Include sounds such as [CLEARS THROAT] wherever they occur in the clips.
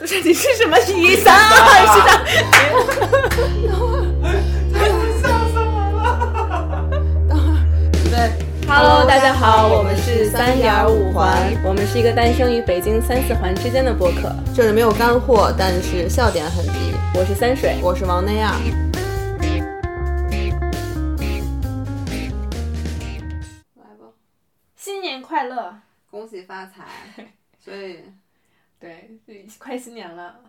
就是你是什么医生？啊是的， [LAUGHS] 对 Hello，大家好，我们是三点五环，我们是一个诞生于北京三四环之间的播客。这里没有干货，但是笑点很低。我是三水，我是王那样，新年快乐！恭喜发财。所以对，快新年了，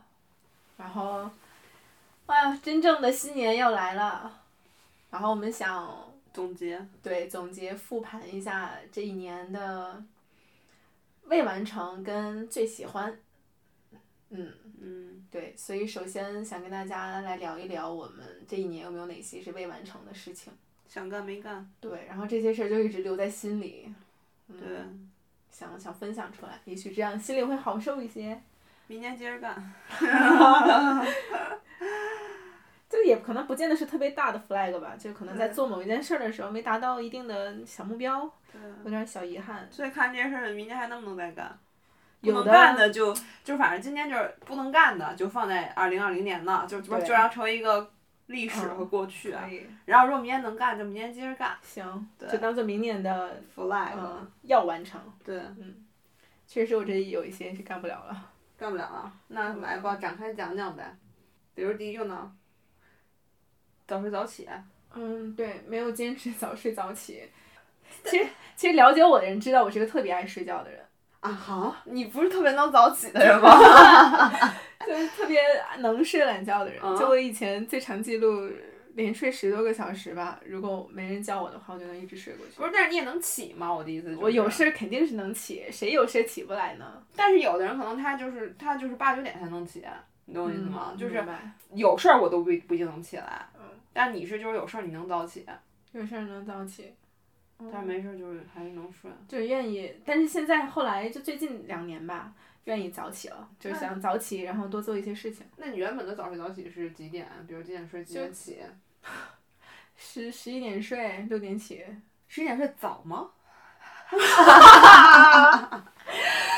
然后，哇，真正的新年要来了，然后我们想总结，对，总结复盘一下这一年的未完成跟最喜欢。嗯，嗯，对，所以首先想跟大家来聊一聊我们这一年有没有哪些是未完成的事情。想干没干？对，然后这些事儿就一直留在心里，嗯对，想想分享出来，也许这样心里会好受一些。明年接着干。就也可能不见得是特别大的 flag 吧，就可能在做某一件事儿的时候没达到一定的小目标，对，有点小遗憾。所以看这件事儿，明年还能不能再干？有不的能干的就就反正今年就是不能干的，就放在二零二零年了，就就对嗯就让成为一个历史和过去啊。可以，然后如果明年能干，就明年接着干。行，对就当做明年的 flag，、嗯要完成。对，确实，我这有一些是干不了了。干不了了。嗯那来吧，展开讲讲呗。比如第一个呢，早睡早起。啊嗯，对，没有坚持早睡早 [LAUGHS] 起。其实，其实了解我的人知道我是个特别爱睡觉的人，啊好，你不是特别能早起的 [LAUGHS] 人吗？就是特别能睡懒觉的人。啊就我以前最长记录，连睡十多个小时吧。如果没人叫我的话，我就能一直睡过去不。是，但是你也能起吗？我的意思、就是，我有事，儿肯定是能起，谁有事儿起不来呢？但是有的人可能他就是他就是八九点才能起，你懂我意思吗？嗯就是明白有事儿我都不不一定能起来。嗯但你是就是有事儿你能早起，有事儿能早起，哦但是没事儿就是还是能睡。就愿意。但是现在后来就最近两年吧，愿意早起了，就是想早起，然后多做一些事情。那你原本的早睡早起是几点？比如几点睡，几点起？十十一点睡，六点 [LAUGHS] 起。十一点睡早吗？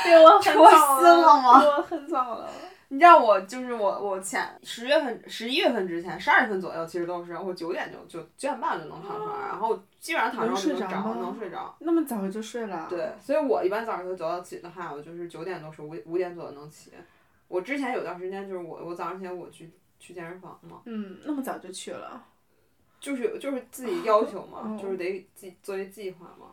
对我很戳早心了吗对我很早了。你知道我就是我，我前十月份、十一月份之前，十二月份左右，其实都是我九点就就九点半就能躺床，然后基本上躺床能就睡能着着，吗能睡着。 [LAUGHS] 那么早就睡了？对，所以我一般早上头早早起的话，我就是九点多睡，五五点左右能起。我之前有段时间就是我我早上起来我去去健身房嘛，嗯，那么早就去了。就是有就是自己要求嘛哦，就是得计作为计划嘛。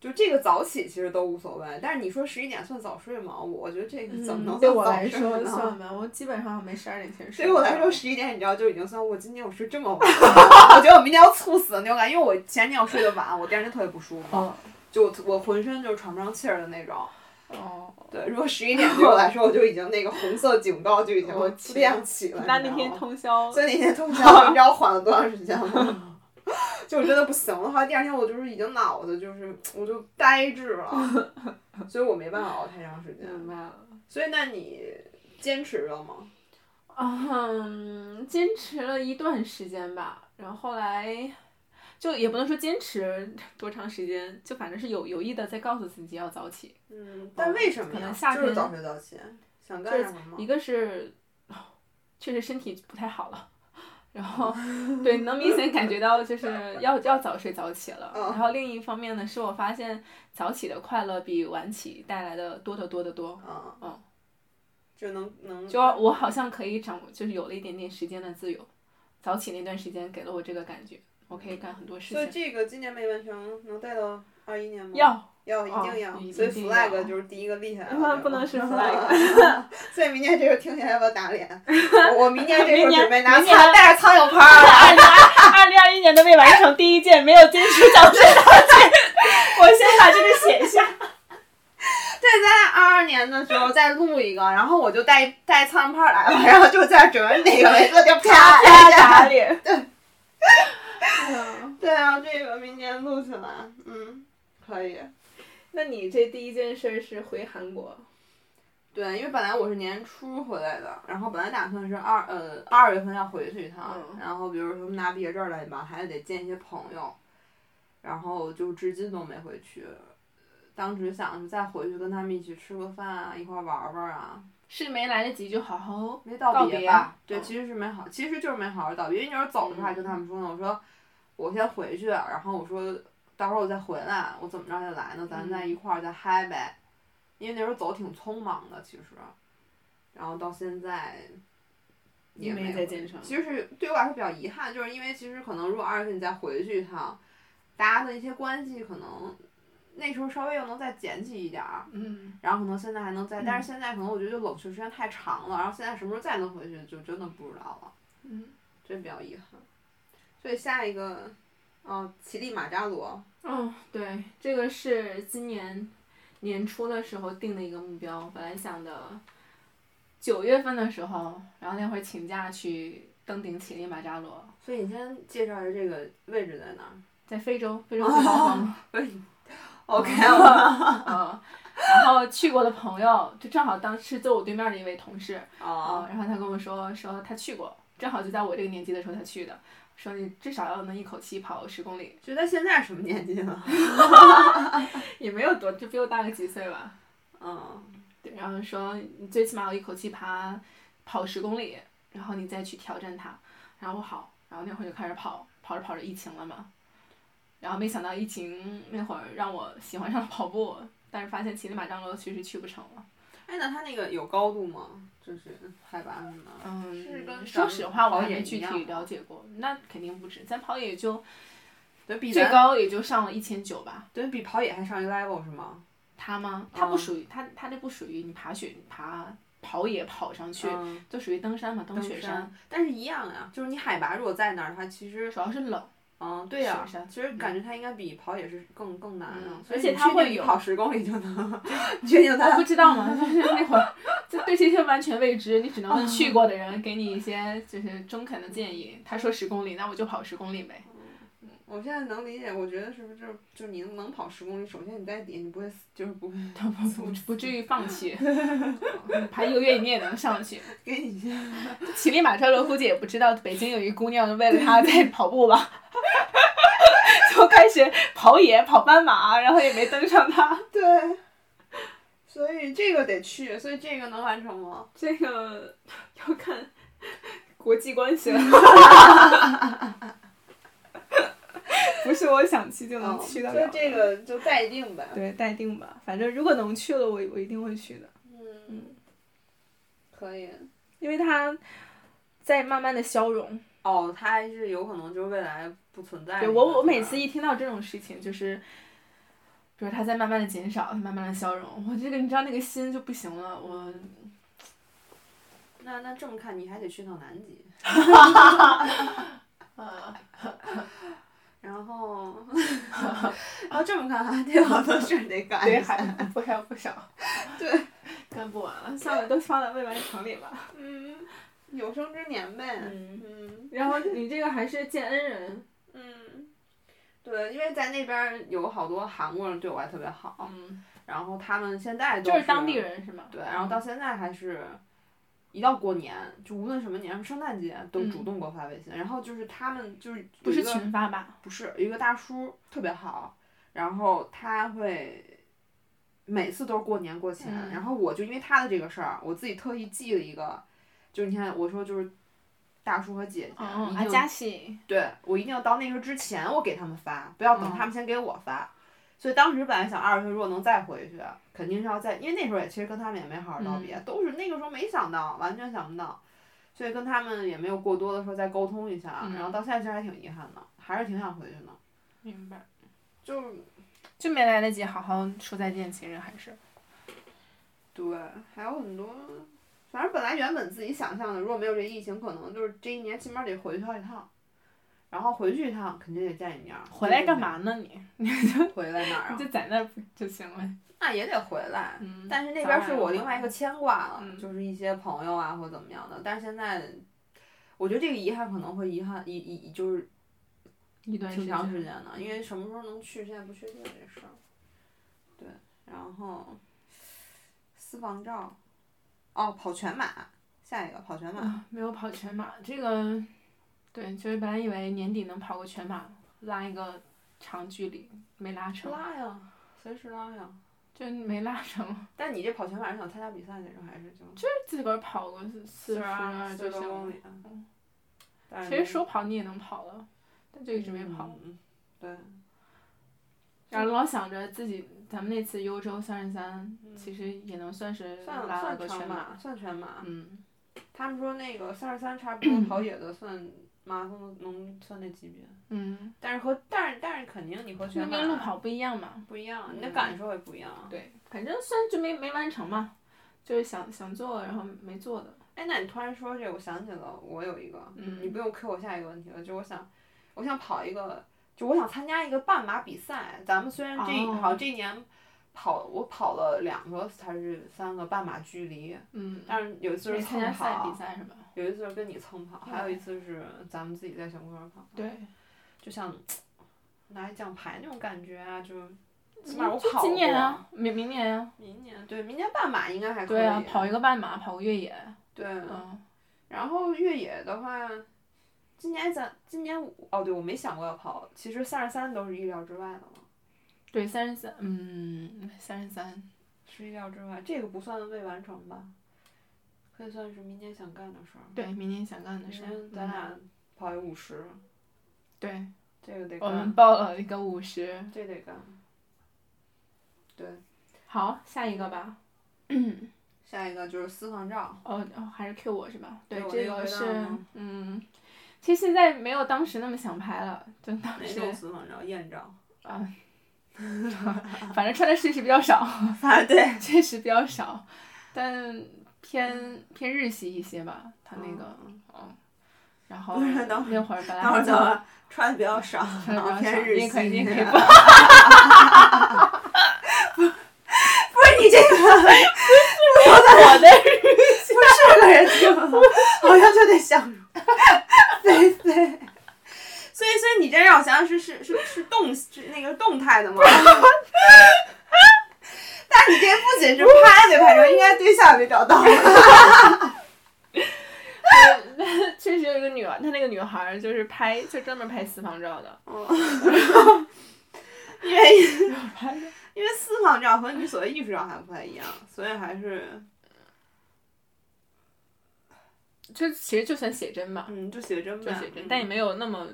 就这个早起其实都无所谓，但是你说十一点算早睡吗？我我觉得这个嗯怎么能嗯对算我早来睡呢？说算吧，我基本上没十二点前睡。对于我来说，，十一点你知道就已经算我今年我睡这么晚， [LAUGHS] 我觉得我明天要猝死的那种感觉，因为我前年我睡得晚，我第二天特别不舒服，哦就我我浑身就喘不上气儿的那种。 [LAUGHS] 哦，对，如果十一点对我来说，我就已经那个红色警告就已经我我亮起了。那你那知道天吗通宵。所以那天通宵，你知道我缓了多长时间吗？ [LAUGHS] 就我真的不行了，后来第二天我就是已经脑子就是我就呆滞 [LAUGHS] 了，所以我没办法熬太长时间。明白了。所以那你坚持了吗？嗯，坚持了一段时间吧，然后后来就也不能说坚持多长时间，就反正是有有意的在告诉自己要早起。嗯，但为什么呀？可能夏就是天早睡早起，想干就是什么吗？一个是确实身体不太好了，然后对能明显感觉到就是要要早睡早起了。嗯然后另一方面呢，是我发现早起的快乐比晚起带来的多得多得多。嗯嗯，就能能就我好像可以掌握，就是有了一点点时间的自由。早起那段时间给了我这个感觉，我可以干很多事所以情。这个今年没完成，能带到二一年吗？要要哦一定要，一所以定要 flag 就是第一个立下来了。不对吧不能是 flag。所以 [LAUGHS] 明年这个听起来要不要打脸？我我明年这时明候年准备拿明年苍带着苍蝇拍儿了。二零二零二一年的未完成第一件没有坚持早睡早起，我先把这个写下。对，咱俩二二年的时候再录一个，然后我就带带苍蝇拍儿来了，然后就在准备哪个雷 [LAUGHS] 哥就啪大一家下。打 [LAUGHS] 脸。对啊，这个明年录起来，嗯，可以。那你这第一件事是回韩国？对，因为本来我是年初回来的，然后本来打算是二呃二月份要回去一趟，嗯然后比如说拿毕业证来吧，还得见一些朋友，然后就至今都没回去。当时想着再回去跟他们一起吃个饭啊，一块儿玩儿玩儿啊，是没来得及就好好没告道别吧？嗯嗯对，其实是没好，其实就是没好好道别。因为那时候走的时候还跟他们说呢，我说我先回去，然后我说到时候我再回来，我怎么着也来呢，咱在一块儿再嗨呗。因为那时候走得挺匆忙的，其实，然后到现在也没有再见上其实是对我来说比较遗憾，就是因为其实可能如果二月份你再回去一趟，大家的一些关系可能那时候稍微又能再捡起一点儿。嗯，然后可能现在还能在，但嗯是现在可能我觉得就冷却时间太长了，然后现在什么时候再能回去就真的不知道了，嗯这比较遗憾。所以下一个，哦，乞力马扎罗，哦，对，这个是今年年初的时候定的一个目标，本来想的九月份的时候，然后那会儿请假去登顶乞力马扎罗，所以你先介绍一下这个位置在 [LAUGHS] 哪儿哦在非洲，非 [LAUGHS] 洲最高峰。哦？OK， [LAUGHS] 嗯，然后去过的朋友，就正好当时坐我对面的一位同事，嗯哦，，然后他跟我说说他去过，正好就在我这个年纪的时候他去的，说你至少要能一口气跑十公里，就他现在什么年纪了？也没有多，就比我大个几岁吧。嗯，对，然后说你最起码要一口气爬跑十公里，然后你再去挑战它。然后我好，然后那会儿就开始跑，跑着跑着疫情了嘛，然后没想到疫情那会儿让我喜欢上了跑步，但是发现乞力马扎罗其实去不成了。哎，那他那个有高度吗？就是海拔什么的？是嗯，跟说咱实们话，我跑还野没一具样体了解过，那肯定不止，咱跑野也就对比最咱，高也就上了一千九吧。对比跑野还上一个 level 是吗？他吗？他不嗯属于他，他这不属于你爬雪爬跑野跑上去，嗯就属于登山嘛，登雪雪，但是一样呀，就是你海拔如果在那儿的话，其实主要是冷。嗯，对呀、雪山其实感觉它应该比跑野是更更难啊，嗯所以而且你它确定会你有跑十公里就 [LAUGHS] 能，你确定我它不知道嘛，就是 [LAUGHS] 那会儿，就对这些完全未知，你只能哦问去过的人给你一些就是中肯的建议。他说十公里，那我就跑十公里呗。我现在能理解，我觉得是不是就是就是你能跑十公里，首先你在底下你不会死就是不会他不不不至于放 [LAUGHS] 弃，爬一个月你也能上去。给你一些乞力马扎罗估计也不知道，北京有一姑娘就为了他在跑步吧， [LAUGHS] 就开始跑野、跑斑马，然后也没登上他。 [LAUGHS] 对，所以这个得去，所以这个能完成吗？这个要看国际关系了， [LAUGHS] 不是我想去 [LAUGHS] 就能去得嗯所以了。这个就待定呗。对，待定吧，反正如果能去了，我我一定会去的，嗯，可以。因为它在慢慢的消融。哦，它还是有可能就是未来不存在的。对我，我每是吧次一听到这种事情，就是，比如它在慢慢的减少，它慢慢的消融，我这个你知道那个心就不行了，我那那这么看，你还得去趟 [LAUGHS] 南极。 [LAUGHS] 嗯然后， [LAUGHS] 然后这么看，还得有好多 [LAUGHS] 事儿得干。对还不少不少，对， [LAUGHS] 干不完了，算了，都放在未完成里吧。嗯，有生之年呗。嗯嗯然后你这个还是见恩人，嗯，对，因为在那边儿有好多韩国人对我还特别好，嗯，然后他们现在都就是当地。人是吗？嗯对，然后到现在还是。一到过年，就无论什么年，圣诞节都嗯主动给我发微信。然后就是他们就是不有是一个群发吧？不是有一个大叔特别好，然后他会每次都是过年过前，嗯然后我就因为他的这个事儿，我自己特意记了一个，就是你看我说就是大叔和姐姐，哦，一阿定、加西，对我一定要到那个之前我给他们发，不要等哦他们先给我发。所以当时本来想二月份如果能再回去，肯定是要再，因为那时候也其实跟他们也没好好道嗯别，都是那个时候没想到，完全想不到，所以跟他们也没有过多的说再沟通一下，嗯然后到现在其实还挺遗憾的，还是挺想回去呢。明白。就是就没来得及好好说再见，其实还是，对，还有很多，反正本来原本自己想象的，如果没有这疫情，可能就是这一年起码得回去好几趟，然后回去一趟肯定得见一面儿。回来干？嘛呢你？回来哪儿你啊？就在那儿不就行了。那也得回来。嗯，但是那边是我另外一个牵挂了，嗯就是一些朋友啊或怎么样的。但是现在，我觉得这个遗憾可能会遗憾一一就是一段时挺长间。时间的，因为什么时候能去现在不确定这事儿。对，然后私房照，哦，跑全马，下一个跑全马。啊，没有跑全马，这个，对，就是本来以为年底能跑个全马，拉一个长距离，没拉成。拉呀，随时拉呀。就没落什么，但你这跑全马是想参加比赛那种，还是就就是自个儿跑个四十二四就十多啊行了公。里？嗯但是其实说跑你也能跑了，但就一直没跑。嗯对，然后老想着自己，咱们那次幽州三十三，嗯其实也能算是算拉了算啊个全全马，。算全马。嗯，他们说那个三十三差不多跑野的算马拉松能算那级别，嗯，但是和但是但是肯定你和全那马跟路跑不一样嘛。不一样，你的感受也不一样。啊对，反正算就没没完成嘛，就是想想做然后没做的。哎，那你突然说这，我想起了我有一个，嗯你不用 Q 我下一个问题了，就我想，我想跑一个，就我想参加一个半马比赛。咱们虽然这、哦好像这一年跑我跑了两个还是三个半马距离，嗯，但是有一次没是参蹭加赛跑比，赛是吧？有一次是跟你蹭跑，嗯还有一次是咱们自己在小公园跑，对，就想拿一奖牌那种感觉啊，就起嗯码我就跑今年过啊，明明年啊，明年对，明年半马应该还可以。对啊，跑一个半马，跑个越野，对嗯，然后越野的话，今年咱今年五哦，对我没想过要跑，其实三十三都是意料之外的了，对，三十三，嗯，三十三，是意料之外，这个不算未完成吧，可以算是明年想干的事儿。对，明年想干的明事儿，年咱嗯俩跑一五十，对，这个得我们干，报了一个五十，这得干。对，好，下一个吧，下一个就是私房照，哦，哦还是 Q 我是吧？对我这那个个是回答吗，嗯，其实现在没有当时那么想拍了，就当哪时种私房照？艳照。啊，反正穿的确实比较少， [LAUGHS] [LAUGHS] 啊，对，确实比较少，但偏偏日系一些吧，他那个，嗯，然后哦 [LAUGHS] 等会那会儿本来还想儿穿的比较少，穿的比较少，偏日你也可以，系你也可以不 [LAUGHS] 不是你这个，我的日不是个人听，好像就得 [LAUGHS] 想入菲菲。所以，所以你这让我想想是是是是动是那个动态的吗？ [LAUGHS] 但你这不仅是拍没拍着，应该对象也没找到。确实有一个女，她那个女孩儿就是拍，就专门拍私房照的，因为拍的， [LAUGHS] 因为私房照和你所谓艺术照还不太一样，所以还是就其实就算写真吧，嗯，就写真啊就呗。写真，但也没有那么，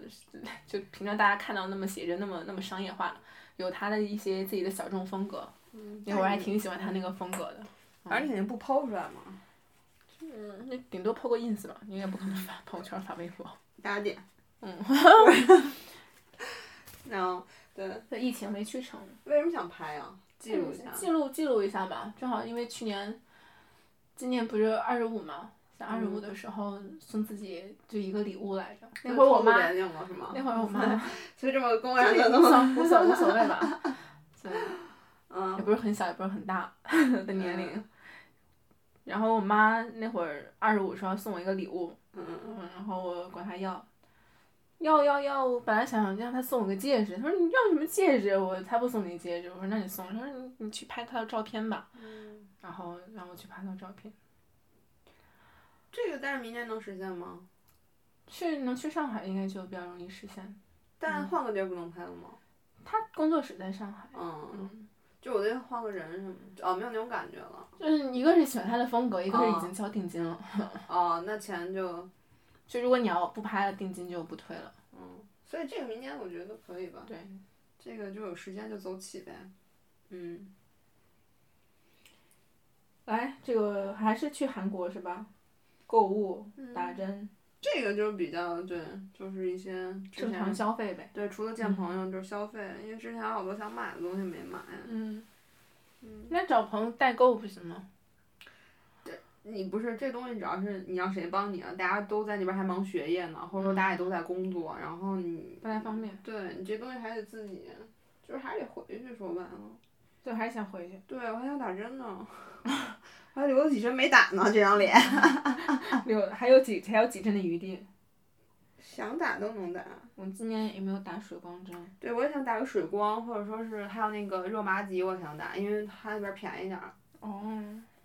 就平常大家看到那么写真那么那么商业化了，有她的一些自己的小众风格，嗯那会儿还，挺喜欢她那个风格的。而且肯定不剖出来嘛。嗯，那顶多 PO 个 ins 吧，你也不可能发朋友圈、发微博。打点。 [LAUGHS] 嗯。然后对，这疫情没去成，嗯为什么想拍啊？记录一下。记录记录一下吧。正好因为去年，今年不是二十五嘛，在二十五嗯的时候送自己就一个礼物来着。那就会儿我透露妈，年龄了是吗？那会儿我 [LAUGHS] 妈，所以这么 [LAUGHS] 公然这的个那无么，所无所无所谓 [LAUGHS] 吧，对，也嗯，不是很小，也不是很大 [LAUGHS] 的年龄。然后我妈那会儿二十五说要送我一个礼物，嗯，嗯，然后我管他要，要要要，我本来想让他送我个戒指，他说你要什么戒指？我才不送你戒指。我说那你送，他说你你去拍他的照片吧，嗯，然后让我去拍他的照片，这个但是明年能实现吗？去能去上海应该就比较容易实现。嗯但换个地儿不能拍了吗？他工作室在上海，嗯，嗯，就我得换个人什么，哦，没有那种感觉了。就是一个是喜欢他的风格，一个是哦已经交定金了。哦，那钱就，就如果你要不拍了，定金就不退了。嗯，所以这个明年我觉得可以吧。对，这个就有时间就走起呗。嗯，来，哎这个还是去韩国是吧？购物、打打针、这个就是比较对，就是一些之正常嗯前消费呗。对，除了见朋友就是消费，因为之前好多想买的东西没买。嗯，嗯，那找朋友代购不行吗？你不是这东西，主要是你让谁帮你啊？大家都在那边还忙学业呢，或者说大家也都在工作，然后你不太方便。对你这东西还得自己，就是还得回去。说白了，对，还是想回去对我还想打针呢， [LAUGHS] 我还留了几针没打呢，这张脸 [LAUGHS] 有还有几还有几针的余地。想打都能打。我今年也没有打水光针，对，我也想打个水光，或者说是还有那个热玛吉，我想打，因为它那边便宜点儿。哦，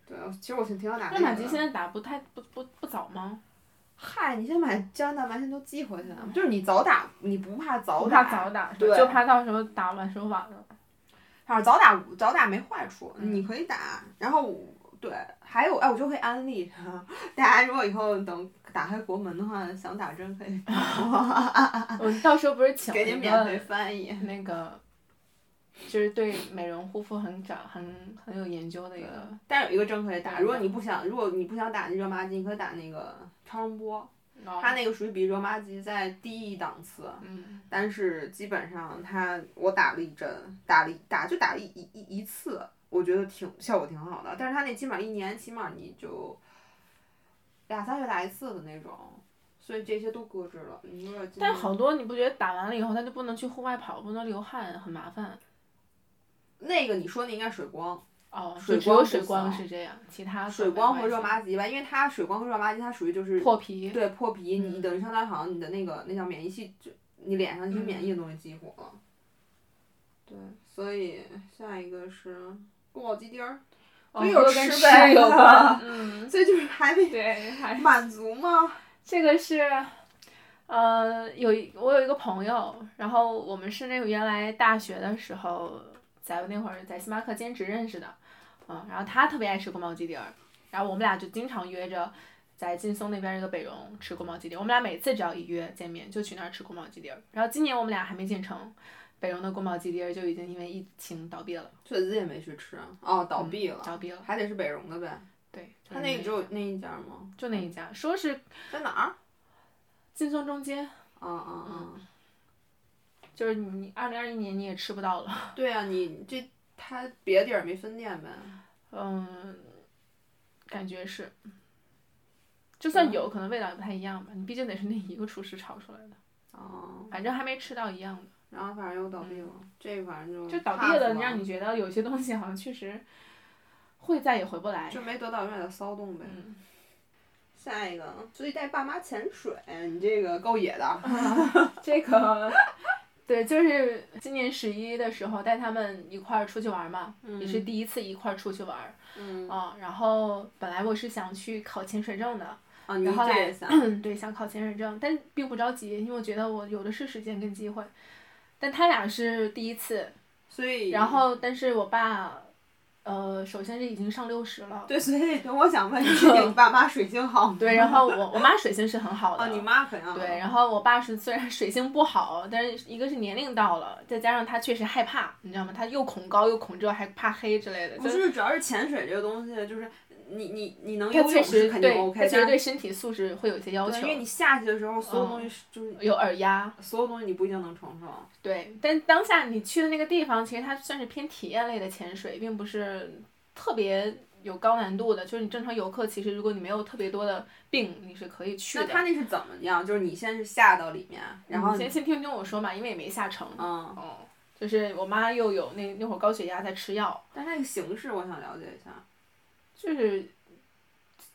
对，其实我挺挺想打热那玛个吉的现在打不太不不不早吗？嗨，你先把胶原蛋白先都激活起来，就是你早打，你不怕早不打，怕早打，对就怕到时候打完时候晚了。反正早打早打没坏处，嗯你可以打。然后我对，还有哎，我就会安利 [LAUGHS] 大家，如果以后等打开国门的话，想打 [LAUGHS] 针可以我们到时候不是请啊给你了一免个费翻译。 [LAUGHS] 那个，就是对美容护肤很长很很有研究的一个，但是有一个针可以打，对如果你不想，如果你不想打那热玛吉，你可以打那个超声波，然后它那个属于比热玛吉再低一档次。嗯但是基本上它我打了一针，打了一打就打了一一一一次，我觉得挺效果挺好的。但是它那起码一年，起码你就俩仨月打一次的那种，所以这些都搁置了。你说，但好多你不觉得打完了以后他就不能去户外跑，不能流汗，很麻烦。那个你说那应该水光，哦，水就只有光水不光行是这样，其他水光和热玛吉吧，因为它水光和热玛吉它属于就是破皮，对破皮，你嗯等于相当于好像你的那个那叫免疫系，就你脸上那些免嗯疫的东西激活了。对，所以下一个是宫保鸡丁儿。哦所以有都跟吃吃呗有 [LAUGHS] 关。嗯，所以就是还得 [LAUGHS] 对，还满足吗？这个是，呃，有一我有一个朋友，然后我们是那个原来大学的时候，在那会儿在星巴克兼职认识的，嗯，然后他特别爱吃宫保鸡丁儿，然后我们俩就经常约着在劲松那边儿一个北荣吃宫保鸡丁，我们俩每次只要一约见面就去那儿吃宫保鸡丁儿，然后今年我们俩还没进城，北荣的宫保鸡丁儿就已经因为疫情倒闭了，确实也没去吃，哦，嗯倒闭了，倒闭了，还得是北荣的呗。对，他那个只就有是那一家吗？就那一家，说是在哪儿？劲松中街，啊啊嗯就是你二零二一年你也吃不到了。啊！对啊，你这他别的地儿没分店呗？嗯，感觉是，就算啊有、可能味道也不太一样吧。你毕竟得是那一个厨师炒出来的，哦，反正还没吃到一样的，然后反正又倒闭了，这个反正就嗯就倒闭 pass 了，让你觉得有些东西好像确实会再也回不来。就没得到永远的骚动呗。嗯，下一个，所以带爸妈潜水，你这个够野的。啊嗯这个。对，就是今年十一的时候带他们一块儿出去玩嘛，也是第一次一块儿出去玩儿嗯啊。然后本来我是想去考潜水证的，啊，你然后这也想，嗯，对，想考潜水证，但并不着急，因为我觉得我有的是时间跟机会。但他俩是第一次，所以然后但是我爸，呃，首先是已经上六十了，对，所以我想问，你是给你爸妈水晶好吗？ [LAUGHS] 对，然后我我妈水性是很好的，啊，你妈肯定好对，然后我爸是虽然水性不好，但是一个是年龄到了，再加上他确实害怕，你知道吗？他又恐高又恐这，还怕黑之类的，不，就是主要是潜水这个东西，就是你你你能他游确泳是实肯定对， OK，他确实但对身体素质会有一些要对，求嗯因，为你下去的时候，所有东西就是有耳压，所有东西你不一定能承受。对，但当下你去的那个地方，其实它算是偏体验类的潜水，并不是特别有高难度的。就是你正常游客，其实如果你没有特别多的病，你是可以去那的。他那是怎么样？就是你先是下到里面，然后你先先听听我说嘛，因为也没下成。嗯，嗯，就是我妈又有那那会儿高血压在吃药，但是那个形式我想了解一下。就是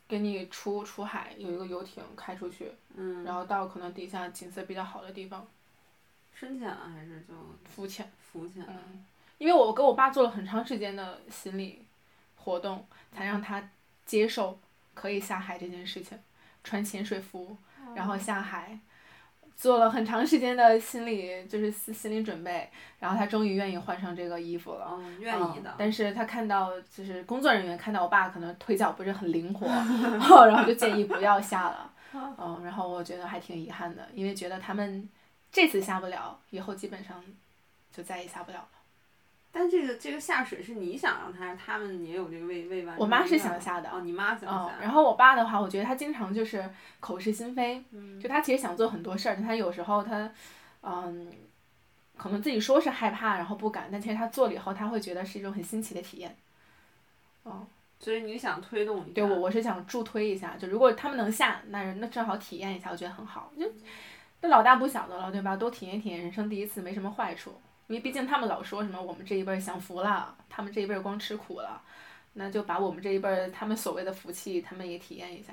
给你出出海，有一个游艇开出去，嗯，然后到可能底下景色比较好的地方深潜啊还是就浮潜。浮潜？嗯，因为我跟我爸做了很长时间的心理活动，才让他接受可以下海这件事情，穿潜水服，然后下海，做了很长时间的心理就是心心理准备，然后他终于愿意换上这个衣服了。嗯，愿意嗯的。但是他看到就是工作人员看到我爸可能腿脚不是很 [LAUGHS] 灵活，然后就建议不要下了。嗯，然后我觉得还挺遗憾的，因为觉得他们这次下不了，以后基本上就再也下不了了。但这个这个下水是你想让他，他们也有这个未未完。我妈是想下的哦，你妈想嗯，下。然后我爸的话，我觉得他经常就是口是心非，嗯就他其实想做很多事儿，但他有时候他，嗯，可能自己说是害怕，然后不敢，但其实他做了以后，他会觉得是一种很新奇的体验。嗯，所以你想推动一下。对我我是想助推一下，就如果他们能下，那那正好体验一下，我觉得很好。就那老大不小的了，对吧？多体验体验，人生第一次没什么坏处。因为毕竟他们老说什么我们这一辈儿享福了，他们这一辈儿光吃苦了，那就把我们这一辈儿他们所谓的福气，他们也体验一下。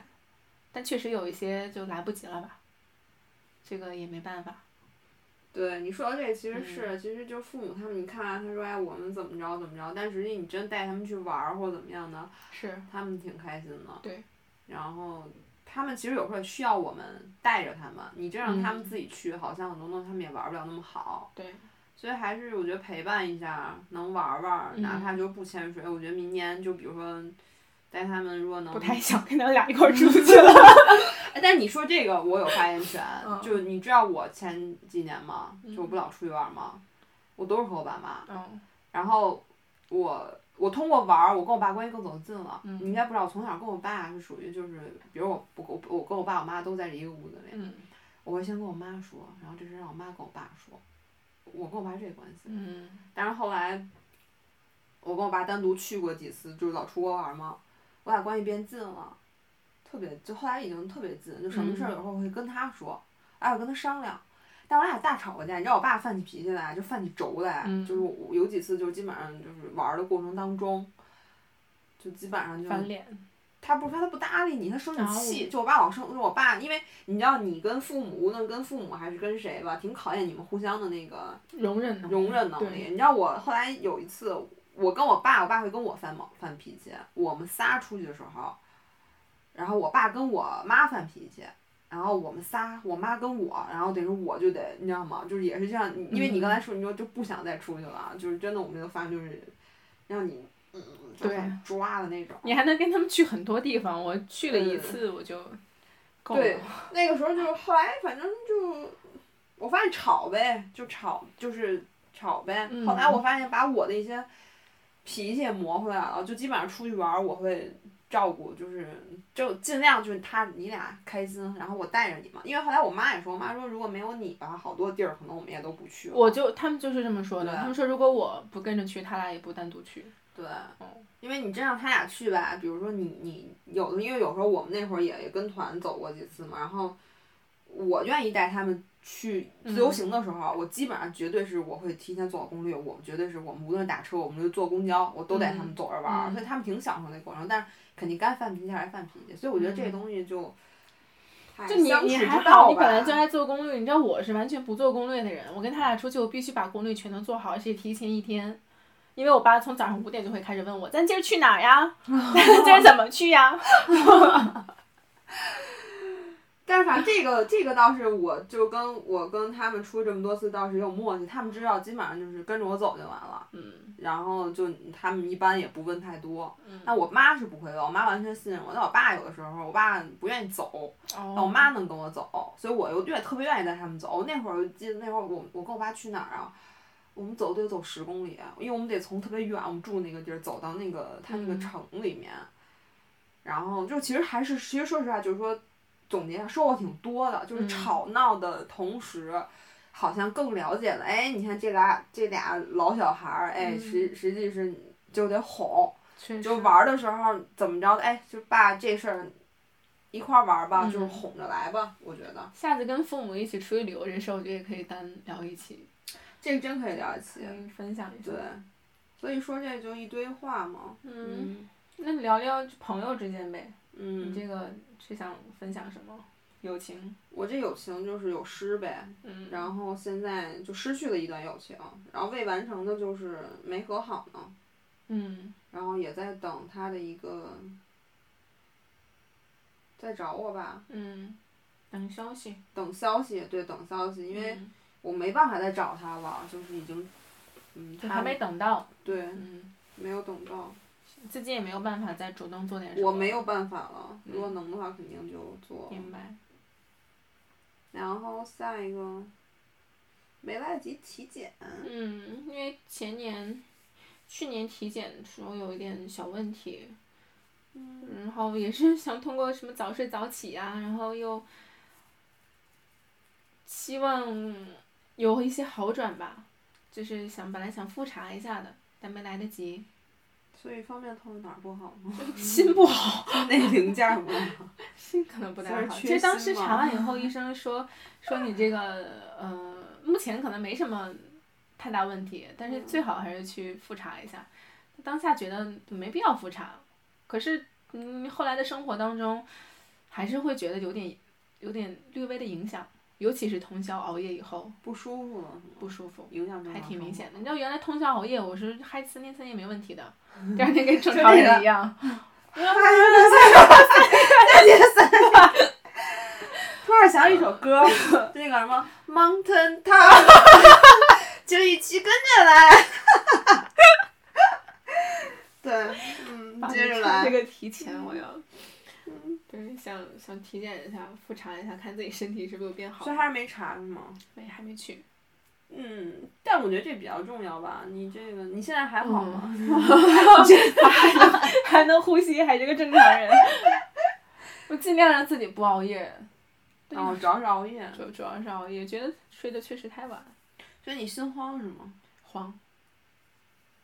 但确实有一些就来不及了吧，这个也没办法。对你说到这个，其实嗯是，其实就是父母他们，你看啊，他说哎，我们怎么着怎么着，但实际你真带他们去玩儿或怎么样的，是，他们挺开心的。对。然后他们其实有时候也需要我们带着他们，你真让他嗯们自己去，好像很多东西他们也玩不了那么好。对。所以还是我觉得陪伴一下，能玩玩，哪嗯怕就不潜水，我觉得明年就比如说带他们，如果能不太想跟他们俩一块儿出去了。哎，但你说这个我有发言权，嗯就你知道我前几年吗？嗯就我不老出去玩吗？我都是和我爸妈，嗯然后我我通过玩儿，我跟我爸关系更走近了。嗯你应该不知道，我从小跟我爸是属于就是，比如我我我我跟我爸我妈都在一个屋子里，嗯我会先跟我妈说，然后这事让我妈跟我爸说，我跟我爸是这个关系。嗯但是后来，我跟我爸单独去过几次，就是老出国玩嘛，我俩关系变近了，特别就后来已经特别近，就什么事儿有时候我会跟他说，哎，我跟他商量。但我俩大吵过架，你知道我爸犯起脾气来，就犯起轴来，嗯就是我有几次就是基本上就是玩儿的过程当中，就基本上就翻脸。他不是他他不搭理你，他生然你后气。就我爸老生，就我爸，因为你知道你跟父母，无论跟父母还是跟谁吧，挺考验你们互相的那个容忍能力，容忍能力。对你知道我后来有一次，我跟我爸，我爸会跟我翻毛翻脾气。我们仨出去的时候，然后我爸跟我妈翻脾气，然后我们仨，我妈跟我，然后等于我就得，你知道吗？就是也是这样，因为你刚才说，你说就不想再出去了，啊就是真的，我们就发现就是让你。嗯，就对抓的那种。你还能跟他们去很多地方。我去了一嗯次我就够了。对，那个时候就是后来反正就，我发现吵呗，就吵就是吵呗。嗯后来我发现把我的一些脾气也磨回来了，就基本上出去玩儿我会照顾，就是就尽量就是他你俩开心，然后我带着你嘛。因为后来我妈也说，我妈说如果没有你吧，好多地儿可能我们也都不去了。我就他们就是这么说的，对他们说如果我不跟着去，他俩也不单独去。对，嗯因为你真让他俩去吧，比如说你你有的，因为有时候我们那会儿也也跟团走过几次嘛，然后我愿意带他们去自嗯由行的时候，我基本上绝对是我会提前做好攻略，我们绝对是我们无论打车，我们就坐公交，我都带他们走着玩儿，嗯嗯所以他们挺享受那过程，但是肯定该犯脾气还是犯脾气，所以我觉得这嗯东西就，哎就你相你处之还道好，你本来吧就爱做攻略，你知道我是完全不做攻略的人。我跟他俩出去，我必须把攻略全都做好，而且提前一天。因为我爸从早上五点就会开始问我，咱今儿去哪儿呀？咱今儿怎么去呀？但是反正这个这个倒是，我就跟我跟他们出这么多次倒是有默契，他们知道基本上就是跟着我走就完了，嗯，然后就他们一般也不问太多。嗯那我妈是不会问，我妈完全信任我。但我爸有的时候，我爸不愿意走，但我哦，妈能跟我走，所以我又愿特别愿意带他们走。那会儿我记得那会儿我我跟我爸去哪儿啊？我们走得走十公里，因为我们得从特别远我们住那个地儿走到那个他那个嗯城里面，然后就其实还是其实说实话，就是说总结一下收获挺多的，就是嗯吵闹的同时。好像更了解了，哎，你看这俩这俩老小孩儿，哎，嗯实实际是就得哄，确实就玩儿的时候怎么着，哎，就爸这事儿一块儿玩儿吧，嗯就是哄着来吧，我觉得下次跟父母一起出去旅游，人生我觉得也可以单聊一期，这个真可以聊一期可，以分享一下对。，所以说这就一堆话嘛，嗯，嗯那聊聊朋友之间呗。你嗯，这个是想分享什么？友情。我这友情就是有失呗，嗯，然后现在就失去了一段友情，然后未完成的就是没和好呢，嗯然后也在等他的一个再找我吧，嗯，等消息。等消息，对，等消息，因为嗯我没办法再找他了，就是已经，嗯，就他还没等到，对，嗯，没有等到，自己也没有办法再主动做点什么。我没有办法了。嗯如果能的话，肯定就做。明白，然后下一个，没来得及体检，嗯，因为前年、去年体检的时候有一点小问题，嗯，然后也是 [LAUGHS] 想通过什么早睡早起啊，然后又希望有一些好转吧，就是想本来想复查一下的，但没来得及，所以方便透露哪儿不好 [LAUGHS] 吗？心不好，那零件儿 [LAUGHS] 不好。心可能不就太是好。缺其实当心时嘛查完以后，医生说说你这个呃，目前可能没什么太大问题，但是嗯最好还是去复查一下。当下觉得没必要复查，可是嗯，后来的生活当中还是会觉得有点有点略微的影响，尤其是通宵熬夜以后不舒服了，不舒服。影响正还常挺明 [LAUGHS] 显的，生你活。知道原来通宵熬夜，我是嗨三天三夜没问题 [LAUGHS] 的，第二天跟正就常这个人一样。 [LAUGHS] 突然想起一首歌，就那个什么 Mountain Top， [LAUGHS] 就一起跟着来。 [LAUGHS] 对，嗯，把接着这来。个提前我要，对，想想体检一下，复查一下，看自己身体是不是有变好所以。还是没查是吗？没，还没去。嗯，但我觉得这比较重要吧。你这个你现在还好吗？ [LAUGHS] 还能 [LAUGHS] 还能呼吸，还是个正常人。 [LAUGHS] 我尽量让自己不熬 [LAUGHS] 夜，然哦后主要是熬夜，主主要是熬夜，觉得睡得确实太晚，所以你心慌是吗？慌。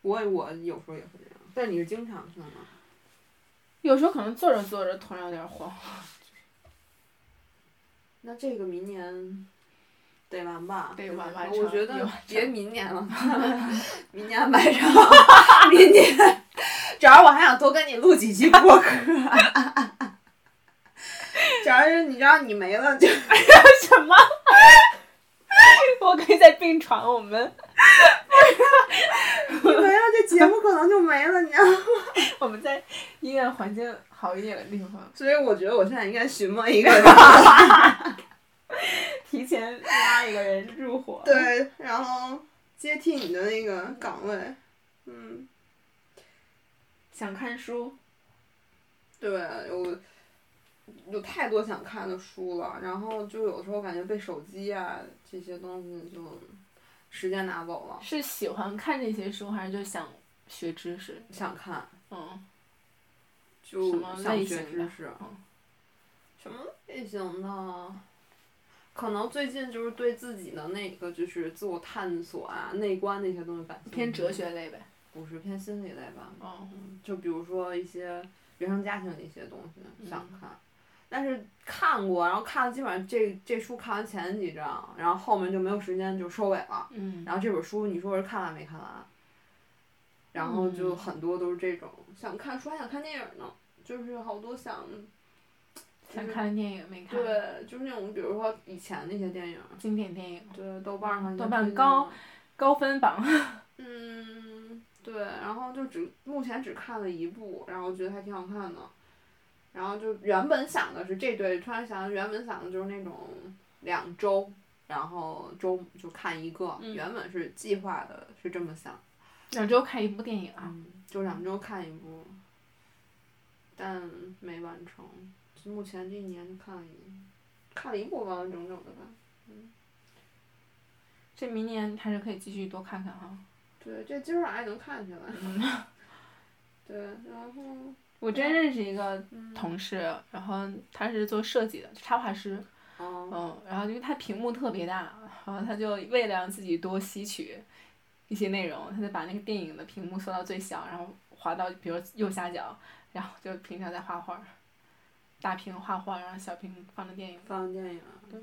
我也我有时候也会这样，但你是经常性吗？有时候可能坐着坐着突然有点慌，那这个明年得完吧？得完完我成觉有得完别成明 [LAUGHS] 年了，明年买上，明年。主要我还想多跟你录几期播客。 [LAUGHS] 主要是你知道你没了就什么？ [LAUGHS] 我可以在病床，我们你没了，这节目可能就没了，你知道吗。我们在医院环境好一点的地方，所以我觉得我现在应该询问 [LAUGHS] 一个人，提前拉一个人入伙。，对，然后接替你的那个岗位。嗯，想看书，对，有有太多想看的书了，然后就有时候感觉被手机啊这些东西就时间拿走了。是喜欢看这些书，还是就想学知识？想看嗯，就什么想类学型的知识嗯， [LAUGHS] 什么类型的？可能最近就是对自己的那个就是自我探索啊、内观那些东西感兴趣。偏哲，学类呗。不是偏心理类吧？哦，就比如说一些原生家庭的一些东西嗯想看，但是看过，然后看了基本上这这书看完前几章，然后后面就没有时间就收尾了。嗯，然后这本书你说是看完没看完？然后就嗯很多都是这种想看书还想看电影呢，就是好多想想看的电影没看。对，就是那种比如说以前那些电影，经典电影，对豆瓣上豆瓣高，高分榜。嗯，对，然后就只目前只看了一部，然后觉得还挺好看的。然后就原本想的是这对，突然想原本想的就是那种两周，然后周就看一个，嗯原本是计划的是这么想， [LAUGHS] 两周看一部电影啊，嗯，就两周看一部，但没完成。就目前这一年就看了一，看了一部完完整整的吧。这明年还是可以继续多看看哈。对，这今儿晚上也能看起来。 [LAUGHS] 嗯，对，然后我真认识一个嗯，同事，然后他是做设计的，插画师。哦，嗯，然后因为他屏幕特别大，然后他就为了让自己多吸取一些内容，他就把那个电影的屏幕缩到最小，然后滑到比如右下角，然后就平常在画画，大屏画画，然后小屏放着电影。放电影。啊对。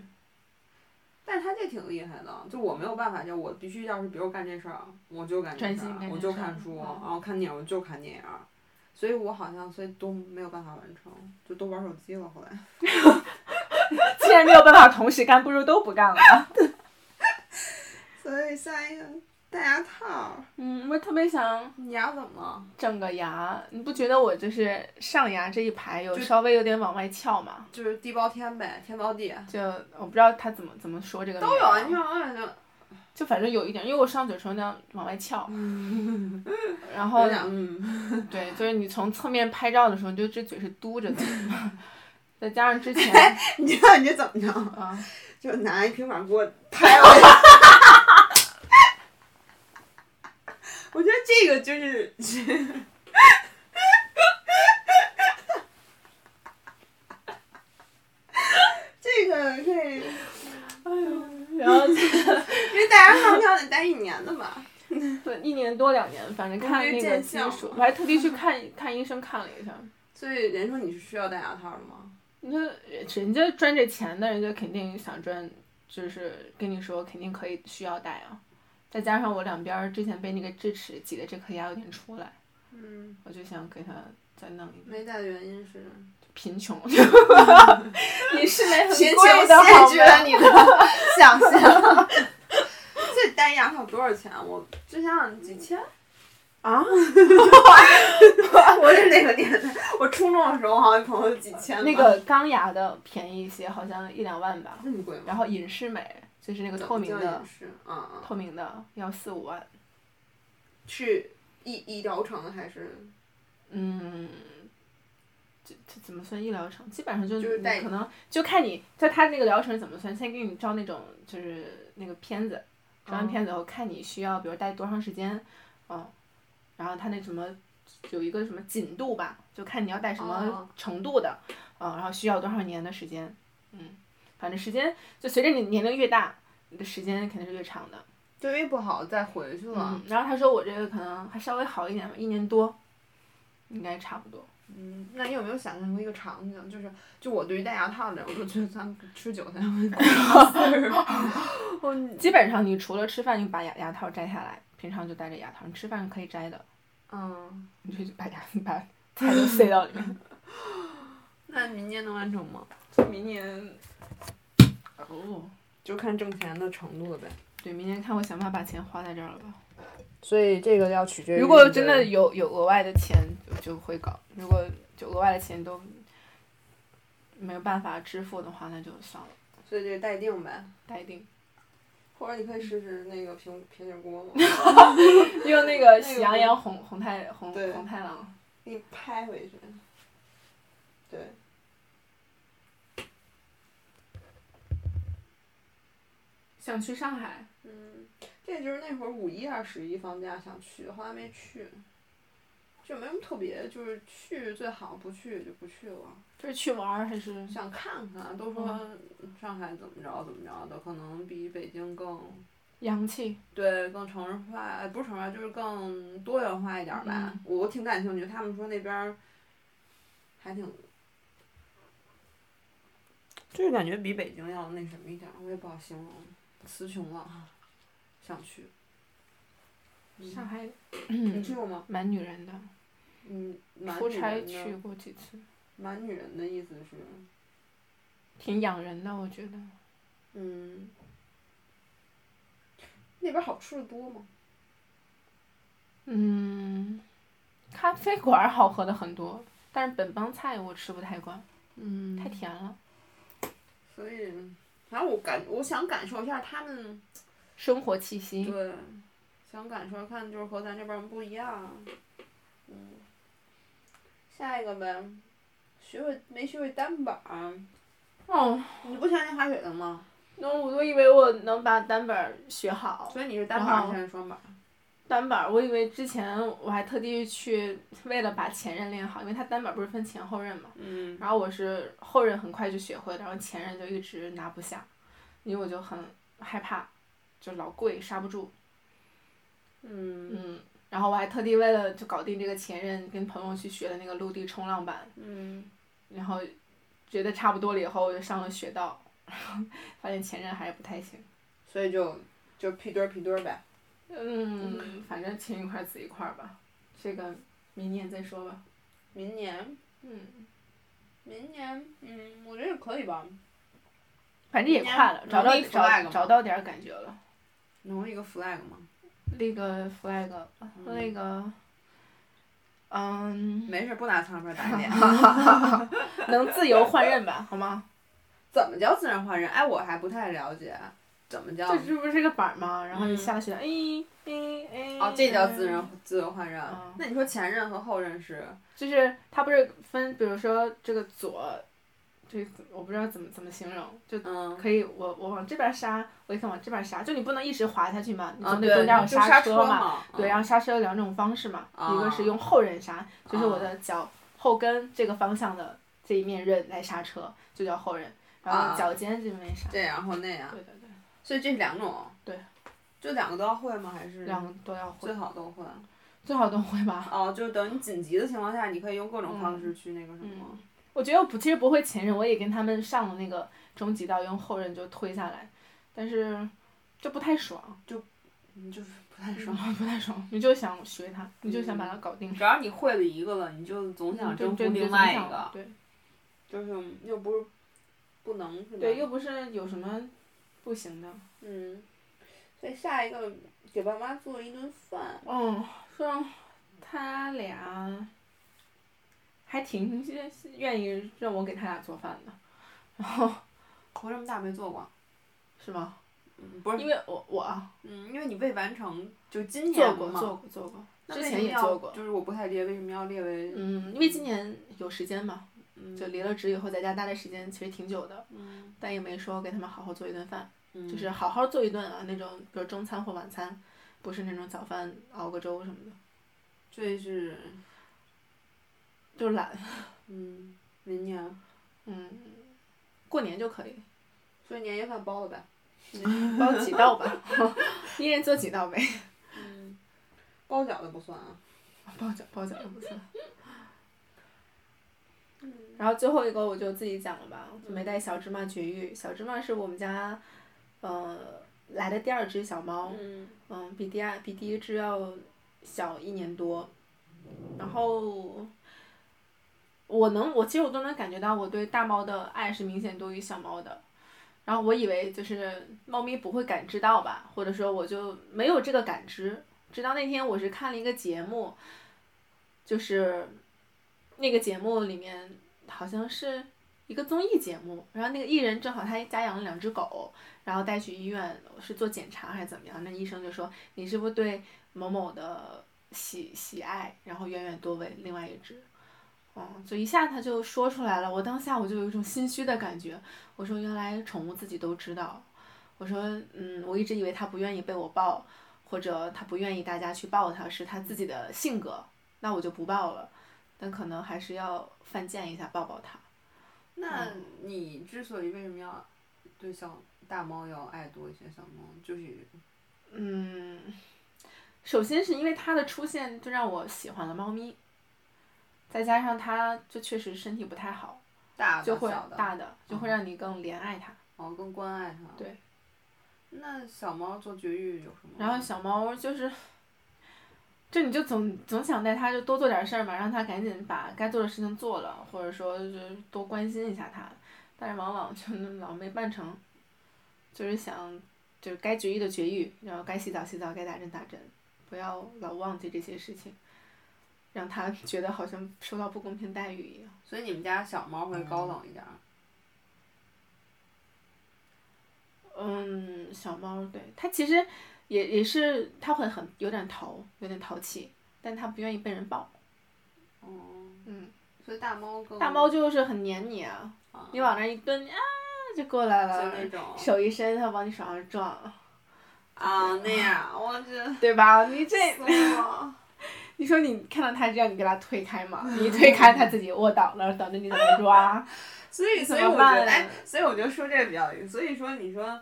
但他这挺厉害的，就我没有办法，就我必须要是比如干这事儿，我就干这专事心儿，干我这就事儿看书，嗯然后看电影我就看电影儿，所以我好像所以都没有办法完成，就都玩手机了。后来 [LAUGHS] 既然没有办法同时干，不如都不干了。所以下一个戴牙套儿，嗯，我特别想你牙怎么了？整个牙，你不觉得我就是上牙这一排有就稍微有点往外翘吗？就是地包天呗，天包地就我不知道他怎么怎么说这个都有啊。名你字好像就就反正有一点，因为我上嘴唇那样往外翘，嗯 [LAUGHS] [LAUGHS] 然后有点嗯， [LAUGHS] 对，就是你从侧面拍照的时候，你就这嘴是嘟 [LAUGHS] 着的，再加上之前你知道你这怎么着？啊，就拿一平板给我拍我的。我觉得这个就是，这个可以，然后因为大家上票得待一年的吧。对一年多两年，反正看那个技术，我还特地去看看医生看了一下。所以人说你是需要戴牙套的吗？你说人家赚这钱的，人家肯定想赚，就是跟你说肯定可以需要戴啊。再加上我两边儿之前被那个智齿挤的这颗牙有点出来，嗯，我就想给它再弄一个。没戴的原因是贫穷， [LAUGHS] 也是没 [LAUGHS] 很贫贵穷的好限制吗？了 [LAUGHS] 你的想象。这戴牙套多少钱？啊我之前好像几千。 [LAUGHS] 啊，我是那个年代，我初中的时候好像朋友几千吧那个钢牙的便宜一些，好像一两万吧。那么贵吗？然后隐适美，就是那个透明的也，是，嗯嗯，透明的要四五万，是医医疗程还是嗯，这这怎么算医疗程？基本上就就是你带可能就看你在他那个疗程是怎么算，先给你照那种就是那个片子，哦照完嗯片子后看你需要比如戴多长时间，嗯，然后他那什么有一个什么紧度吧，就看你要戴什么哦程度的，嗯，然后需要多少年的时间，嗯，反正时间就随着你年龄越大，你的时间肯定是越长的。就医不好再回去了嗯？，然后他说我这个可能还稍微好一点吧，一年多，应该差不多。嗯，那你有没有想象过一个场景？就是，就我对于戴牙套的，我就觉得咱们吃韭菜会 [LAUGHS] 我基本上你除了吃饭，你把牙牙套摘下来，平常就戴着牙套，你吃饭可以摘的，嗯，你就把牙把 [LAUGHS] 菜都塞到里面。那明年能完成吗？就明年，哦，就看挣钱的程度了呗。对，明年看我想办法把钱花在这儿了吧。所以这个要取决于如果真的有有额外的钱，就就会搞；如果就额外的钱都没有办法支付的话，那就算了，所以这待定呗，待定。或者你可以试试那个平平底锅嘛，用那个那个喜羊羊红红太红对红太狼。给你拍回去。对。想去上海，嗯，这就是那会儿五一还是十一放假想去，后来没去，就没什么特别，就是去最好，不去就不去了。这是去玩儿还是？想看看，都说上海怎么着怎么着的，可能比北京更洋气，对更城市化，呃不是城市化，就是更多元化一点儿吧。嗯我挺感兴趣，他们说那边儿还挺。就是感觉比北京要那什么一点儿，我也不好形容，词穷了，想去。嗯上 [CLEARS THROAT] 海，你去过吗？蛮女人的，嗯，蛮出女差人的去过几次，蛮女人的意思是，挺养人的，我觉得。嗯，那边好吃的多吗？嗯，咖啡馆儿好喝的很多，但是本帮菜我吃不太惯，嗯太甜了，所以，反正我感我想感受一下他们生活气息。对，想感受看就是和咱这边儿不一样。啊嗯，下一个呗，学会没学会单板儿？啊哦，你不相信滑雪的吗？那我都以为我能把单板儿学好，所以你是单板然儿后还是双板儿？单板儿我以为之前我还特地去为了把前刃练好，因为它单板儿不是分前后刃嘛。嗯，然后我是后刃很快就学会了，然后前刃就一直拿不下，因为我就很害怕，就老跪刹不住。嗯嗯，然后我还特地为了就搞定这个前任，跟朋友去学的那个陆地冲浪板，嗯，然后觉得差不多了以后，我就上了雪道， [LAUGHS] 发现前任还是不太行。所以就就屁墩儿屁墩儿呗。嗯，反正亲一块儿紫一块儿吧，这个明年再说吧。明年，嗯，明年，嗯，我觉得可以吧。反正也快了，明年找到能立 flag 找吗找到点儿感觉了。能立个 flag 吗？立个 flag，那个，嗯，没事，不拿苍蝇拍打脸。 [LAUGHS] 能自由换刃吧，好吗？怎么叫自然换人？哎，我还不太了解，怎么叫？ [LAUGHS] 这这不是个板儿吗？然后你嗯下了雪道，哎哎哎。哦，这叫自然自由换人嗯。那你说前任和后任是？就是它不是分，比如说这个左，这个我不知道怎么怎么形容，就嗯，可以我我往这边刹，我也可以往这边刹，就你不能一直滑下去嘛，你啊总对，得嗯中间有就刹车嘛。嘛。嗯对，然后刹车有两种方式嘛，啊一个是用后刃刹，就是我的脚后跟这个方向的这一面刃来刹车，就叫后刃，然后啊嗯脚尖这面刹。这然后那样，对对对，所以这是两种。对。就两个都要会吗？还是两个都要会最，好都会？最好都会吧。哦，就等你紧急的情况下，你可以用各种方式去那个什么嗯。我觉得我不，其实不会前刃，我也跟他们上了那个中级道，用后刃就推下来，但是就不太爽，嗯，就是不太爽。 [LAUGHS] 不太爽。你就想学它，你就想把它搞定，只要你会了一个了，你就总想就征服就另外一就想个。嗯对就是又不是不能是吧？对，又不是有什么不行的。嗯，所以下一个给爸妈做一顿饭，嗯，说他俩还挺愿意让我给他俩做饭的，然后我这么大没做过，是吗？嗯不是，因为我我啊嗯，因为你未完成，就今做年过嘛，做过做过，那之为什前么也要做过就是我不太理解为什么要列为，嗯，因为今年有时间嘛，嗯就离了职以后在家待的时间其实挺久的，嗯，但也没说给他们好好做一顿饭，嗯就是好好做一顿啊那种，比如中餐或晚餐，不是那种早饭熬个粥什么的，这是，就是懒，嗯，明年，嗯，过年就可以，所以年夜饭包了呗，包几道吧， [LAUGHS] 一人做几道呗，嗯，包饺子不算啊， [LAUGHS] 包饺包饺子不算。然后最后一个我就自己讲了吧，就没带小芝麻绝育。小芝麻是我们家，呃，来的第二只小猫，嗯嗯，比第二比第一只要小一年多。然后，我能，我其实我都能感觉到我对大猫的爱是明显多于小猫的。然后我以为就是猫咪不会感知到吧，或者说我就没有这个感知。直到那天我是看了一个节目，就是那个节目里面好像是一个综艺节目，然后那个艺人正好他家养了两只狗，然后带去医院是做检查还是怎么样，那医生就说你是不是对某某的喜喜爱，然后远远多为另外一只。嗯，就一下他就说出来了，我当下我就有一种心虚的感觉。我说原来宠物自己都知道，我说嗯，我一直以为它不愿意被我抱，或者它不愿意大家去抱它是它自己的性格，那我就不抱了。但可能还是要犯贱一下抱抱它。那你之所以为什么要对小大猫要爱多一些小猫，就是嗯，首先是因为它的出现就让我喜欢了猫咪，再加上它就确实身体不太好，大就的会小的，嗯大的就会让你更怜爱它。哦，更关爱它。对。那小猫做绝育有什么？然后小猫就是，就你就总总想带它就多做点事儿嘛，让它赶紧把该做的事情做了，或者说就是多关心一下它，但是往往就老没办成，就是想就是该绝育的绝育，然后该洗澡洗澡，该打针打针，不要老忘记这些事情，让它 [LAUGHS] 觉得好像受到不公平待遇一样。所以你们家小猫会高冷一点儿。嗯，小猫对它其实也也是它会很有点淘，有点淘气，但它不愿意被人抱。嗯。嗯。所以大猫更大猫就是很黏你啊，啊你往那一蹲啊就过来就那了， [LAUGHS] 种手一伸它往你手上撞，啊那样，我这 [LAUGHS] 对吧？你 [LAUGHS] 这，你说你看到它这样，你给它推开 [LAUGHS] 嘛？你一推开它自己卧倒了，等着你怎么 [LAUGHS] 抓？所以所以怎么我觉办得哎，所以我觉得说这个比较有意思，所以说你说。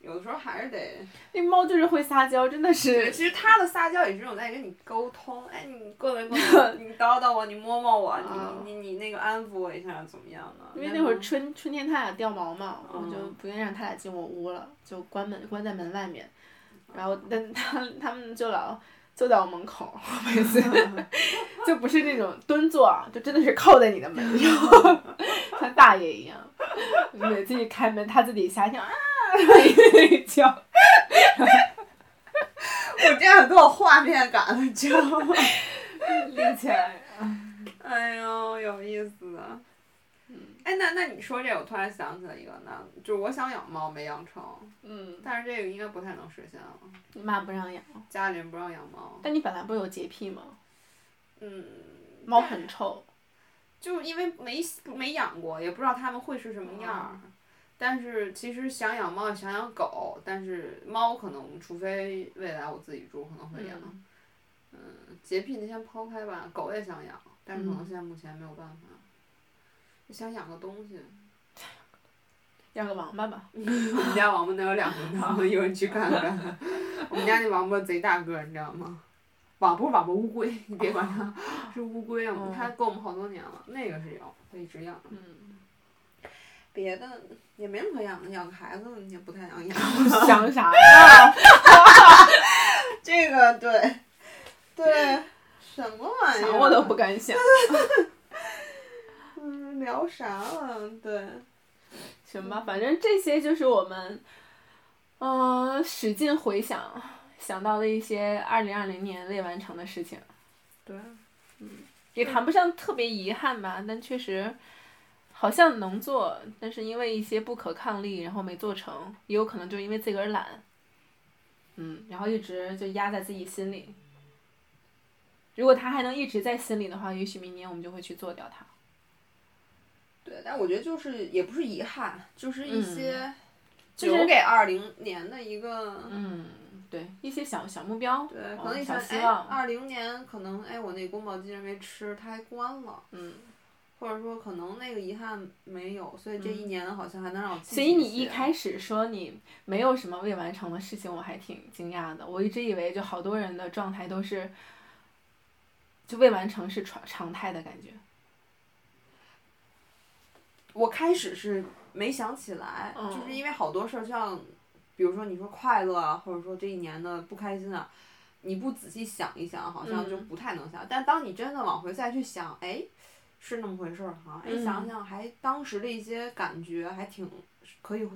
有的时候还是得，那猫就是会撒娇，真的对，是，其实它的撒娇也是一种在跟你沟通，哎，你 [LAUGHS] 过来过来，你叨叨我，你摸摸我，啊你你你那个安抚我一下，怎么样的？因为那会儿猫春春天它俩掉毛嘛，我嗯就不愿意让它俩进我屋了，就关门关在门外面，然后但它它们就老。坐在我门口，每 [LAUGHS] 次就不是那种蹲坐啊，就真的是靠在你的门上， [LAUGHS] 像大爷 [LAUGHS] 一样。每次一开门，它自己吓一 [LAUGHS] 跳啊，一叫。我这样多有画面感了，知道 [LAUGHS] 吗？立起来。哎呦，有意思啊！嗯哎，那那你说这，我突然想起来一个，那就是我想养猫没养成，嗯，但是这个应该不太能实现了，你妈不让养，家里人不让养猫。但你本来不是有洁癖吗？嗯，猫很臭。就是因为没没养过，也不知道它们会是什么样哦儿。但是其实想养猫，也想养狗，但是猫可能除非未来我自己住，可能会养。嗯嗯，洁癖那先抛开吧，狗也想养，但是可嗯能现在目前没有办法。想养个东西，养个王八吧。我们家王八能有两个呢， [LAUGHS] 一会儿你去看看。我们家那王八贼大个儿，你知道吗？网不是网吧，乌龟，你别管它，是乌龟啊嗯！它跟我们好多年了，那个是有，它一直养。嗯，别的也没什么可养的，养个孩子你也不太想养。 [LAUGHS] 嗯 [LAUGHS] 想啥呀？这个对，对，什么玩意儿？想我都不敢想。嗯，聊啥了？对，行吧，反正这些就是我们，嗯、使劲回想想到的一些二零二零年未完成的事情，对，啊也谈不上特别遗憾吧，但确实好像能做，但是因为一些不可抗力，然后没做成，也有可能就因为自个儿懒，嗯，然后一直就压在自己心里。如果他还能一直在心里的话，也许明年我们就会去做掉它。对，但我觉得就是也不是遗憾，就是一些嗯就留给二零年的一个，嗯，对，一些小小目标，对，嗯可能你小想，希哎，望，二零年可能哎，我那宫保鸡丁没吃，它还关了，嗯，或者说可能那个遗憾没有，所以这一年好像还能让我积嗯所极以些。你一开始说你没有什么未完成的事情，我还挺惊讶的。我一直以为就好多人的状态都是，就未完成是常常态的感觉。我开始是没想起来，嗯就是因为好多事儿，像比如说你说快乐啊，或者说这一年的不开心啊，你不仔细想一想，好像就嗯不太能想。但当你真的往回再去想，哎，是那么回事儿哈、哎，嗯想想还当时的一些感觉，还挺可以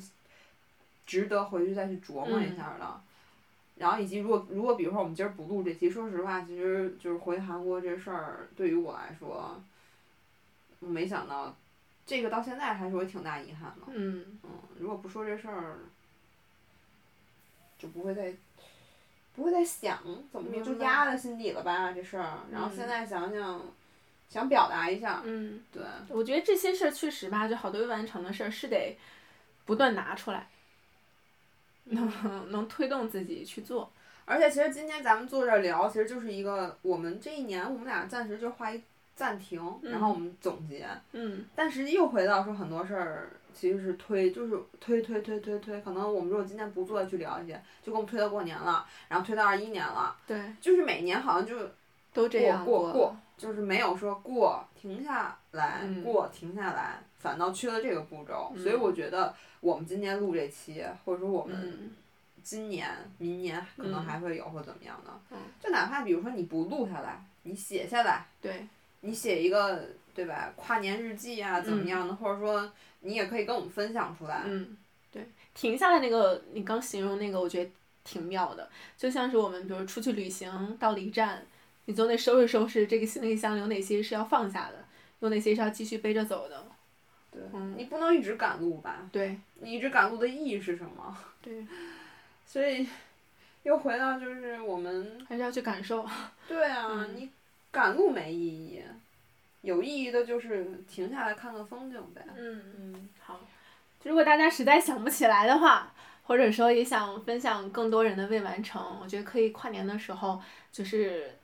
值得回去再去琢磨一嗯下的。然后以及如果如果比如说我们今儿不录这期，说实话，其实就是回韩国这事儿对于我来说，我没想到，这个到现在还是我挺大遗憾的。嗯嗯，如果不说这事儿，就不会再不会再想怎么说，明就白压在心底了吧这事儿。然后嗯现在想想，想表达一下，嗯，对，我觉得这些事儿确实吧，就好多未完成的事儿是得不断拿出来，能能推动自己去做。而且其实今天咱们坐这儿聊，其实就是一个我们这一年，我们俩暂时就画一暂停，然后我们总结。嗯但是又回到说很多事儿其实是推，就是推推推推推，可能我们如果今天不做去聊一些，就给我们推到过年了，然后推到二一年了，，对，就是每年好像就都这样过过过过，就是没有说过停下来，嗯过停下来，反倒缺了这个步骤。嗯所以我觉得我们今天录这期，或者说我们嗯今年、明年可能嗯还会有或怎么样的，嗯就哪怕比如说你不录下来，你写下来，对，你写一个对吧跨年日记啊怎么样的，或者说你也可以跟我们分享出来。嗯，对，停下来那个，你刚形容那个，我觉得挺妙的，就像是我们比如出去旅行到了一站，你总得收拾收拾这个行李箱有哪些是要放下的，有哪些是要继续背着走的。对，嗯你不能一直赶路吧？对你一直赶路的意义是什么？对， [LAUGHS] 所以又回到就是我们还是要去感受。对啊，嗯你赶路没意义，有意义的就是停下来看看风景呗。嗯，嗯，好。如果大家实在想不起来的话，或者说也想分享更多人的未完成，我觉得可以跨年的时候就是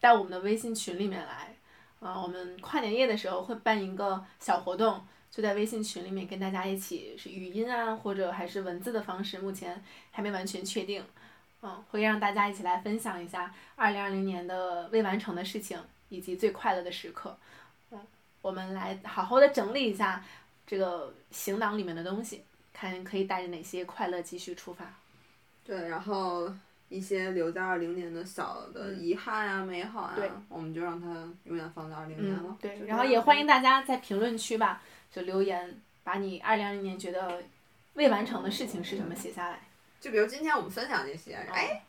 到我们的微信群里面来。啊、我们跨年夜的时候会办一个小活动，就在微信群里面跟大家一起是语音啊，或者还是文字的方式，目前还没完全确定。嗯，会让大家一起来分享一下二零二零年的未完成的事情，以及最快乐的时刻。嗯，我们来好好的整理一下这个行囊里面的东西，看可以带着哪些快乐继续出发。对，然后一些留在二零年的小的嗯遗憾啊、美好啊对，我们就让它永远放在二零年了嗯。，对就。然后这也样欢迎大家在评论区吧，就留言，把你二零二零年觉得未完成的事情是什么写下来。就比如今天我们分享这些，哎，哎，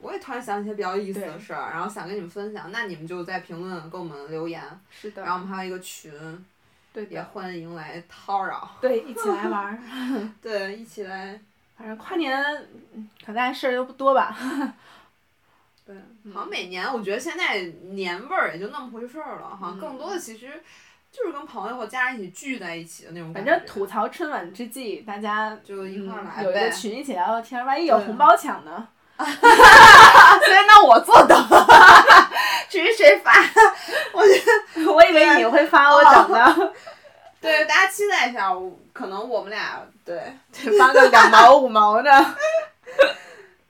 我也突然想起一些比较有意思的对事儿，然后想跟你们分享，那你们就在评论给我们留言，嗯是然后，我们还有一个群，对也的，欢迎来叨扰，对，一起来玩儿。对，一起来， [LAUGHS] 反正跨年，嗯可能大家事儿又不多吧。对，嗯好像每年我觉得现在年味儿也就那么回事儿了哈，嗯更多的其实就是跟朋友和家人一起聚在一起的那种反感觉，正吐槽春晚之际，大家。就一块儿嗯，来有一呗个，群一起聊聊天儿，万一有对红包抢 [LAUGHS] 呢？所以那我做到了，至于谁发， [LAUGHS] 我以为你会发我整的，对，大家期待一下，我可能我们俩对。对，发个两毛五毛的。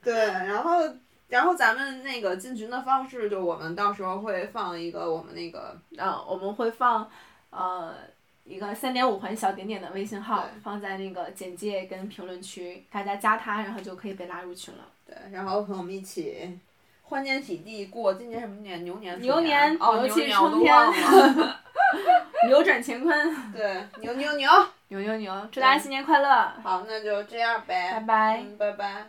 对，然后然后咱们那个进群的方式，就我们到时候会放一个我们那个嗯，我们会放呃一个三点五环小点点的微信号对，放在那个简介跟评论区，大家加他，然后就可以被拉入群了。对，然后和我们一起欢天喜地过今年什么年牛年牛年哦牛牛气年我冲都忘了，扭转乾坤， [LAUGHS] 对牛牛牛，牛牛牛！祝大家新年快乐，好，那就这样呗，拜拜。嗯，拜拜。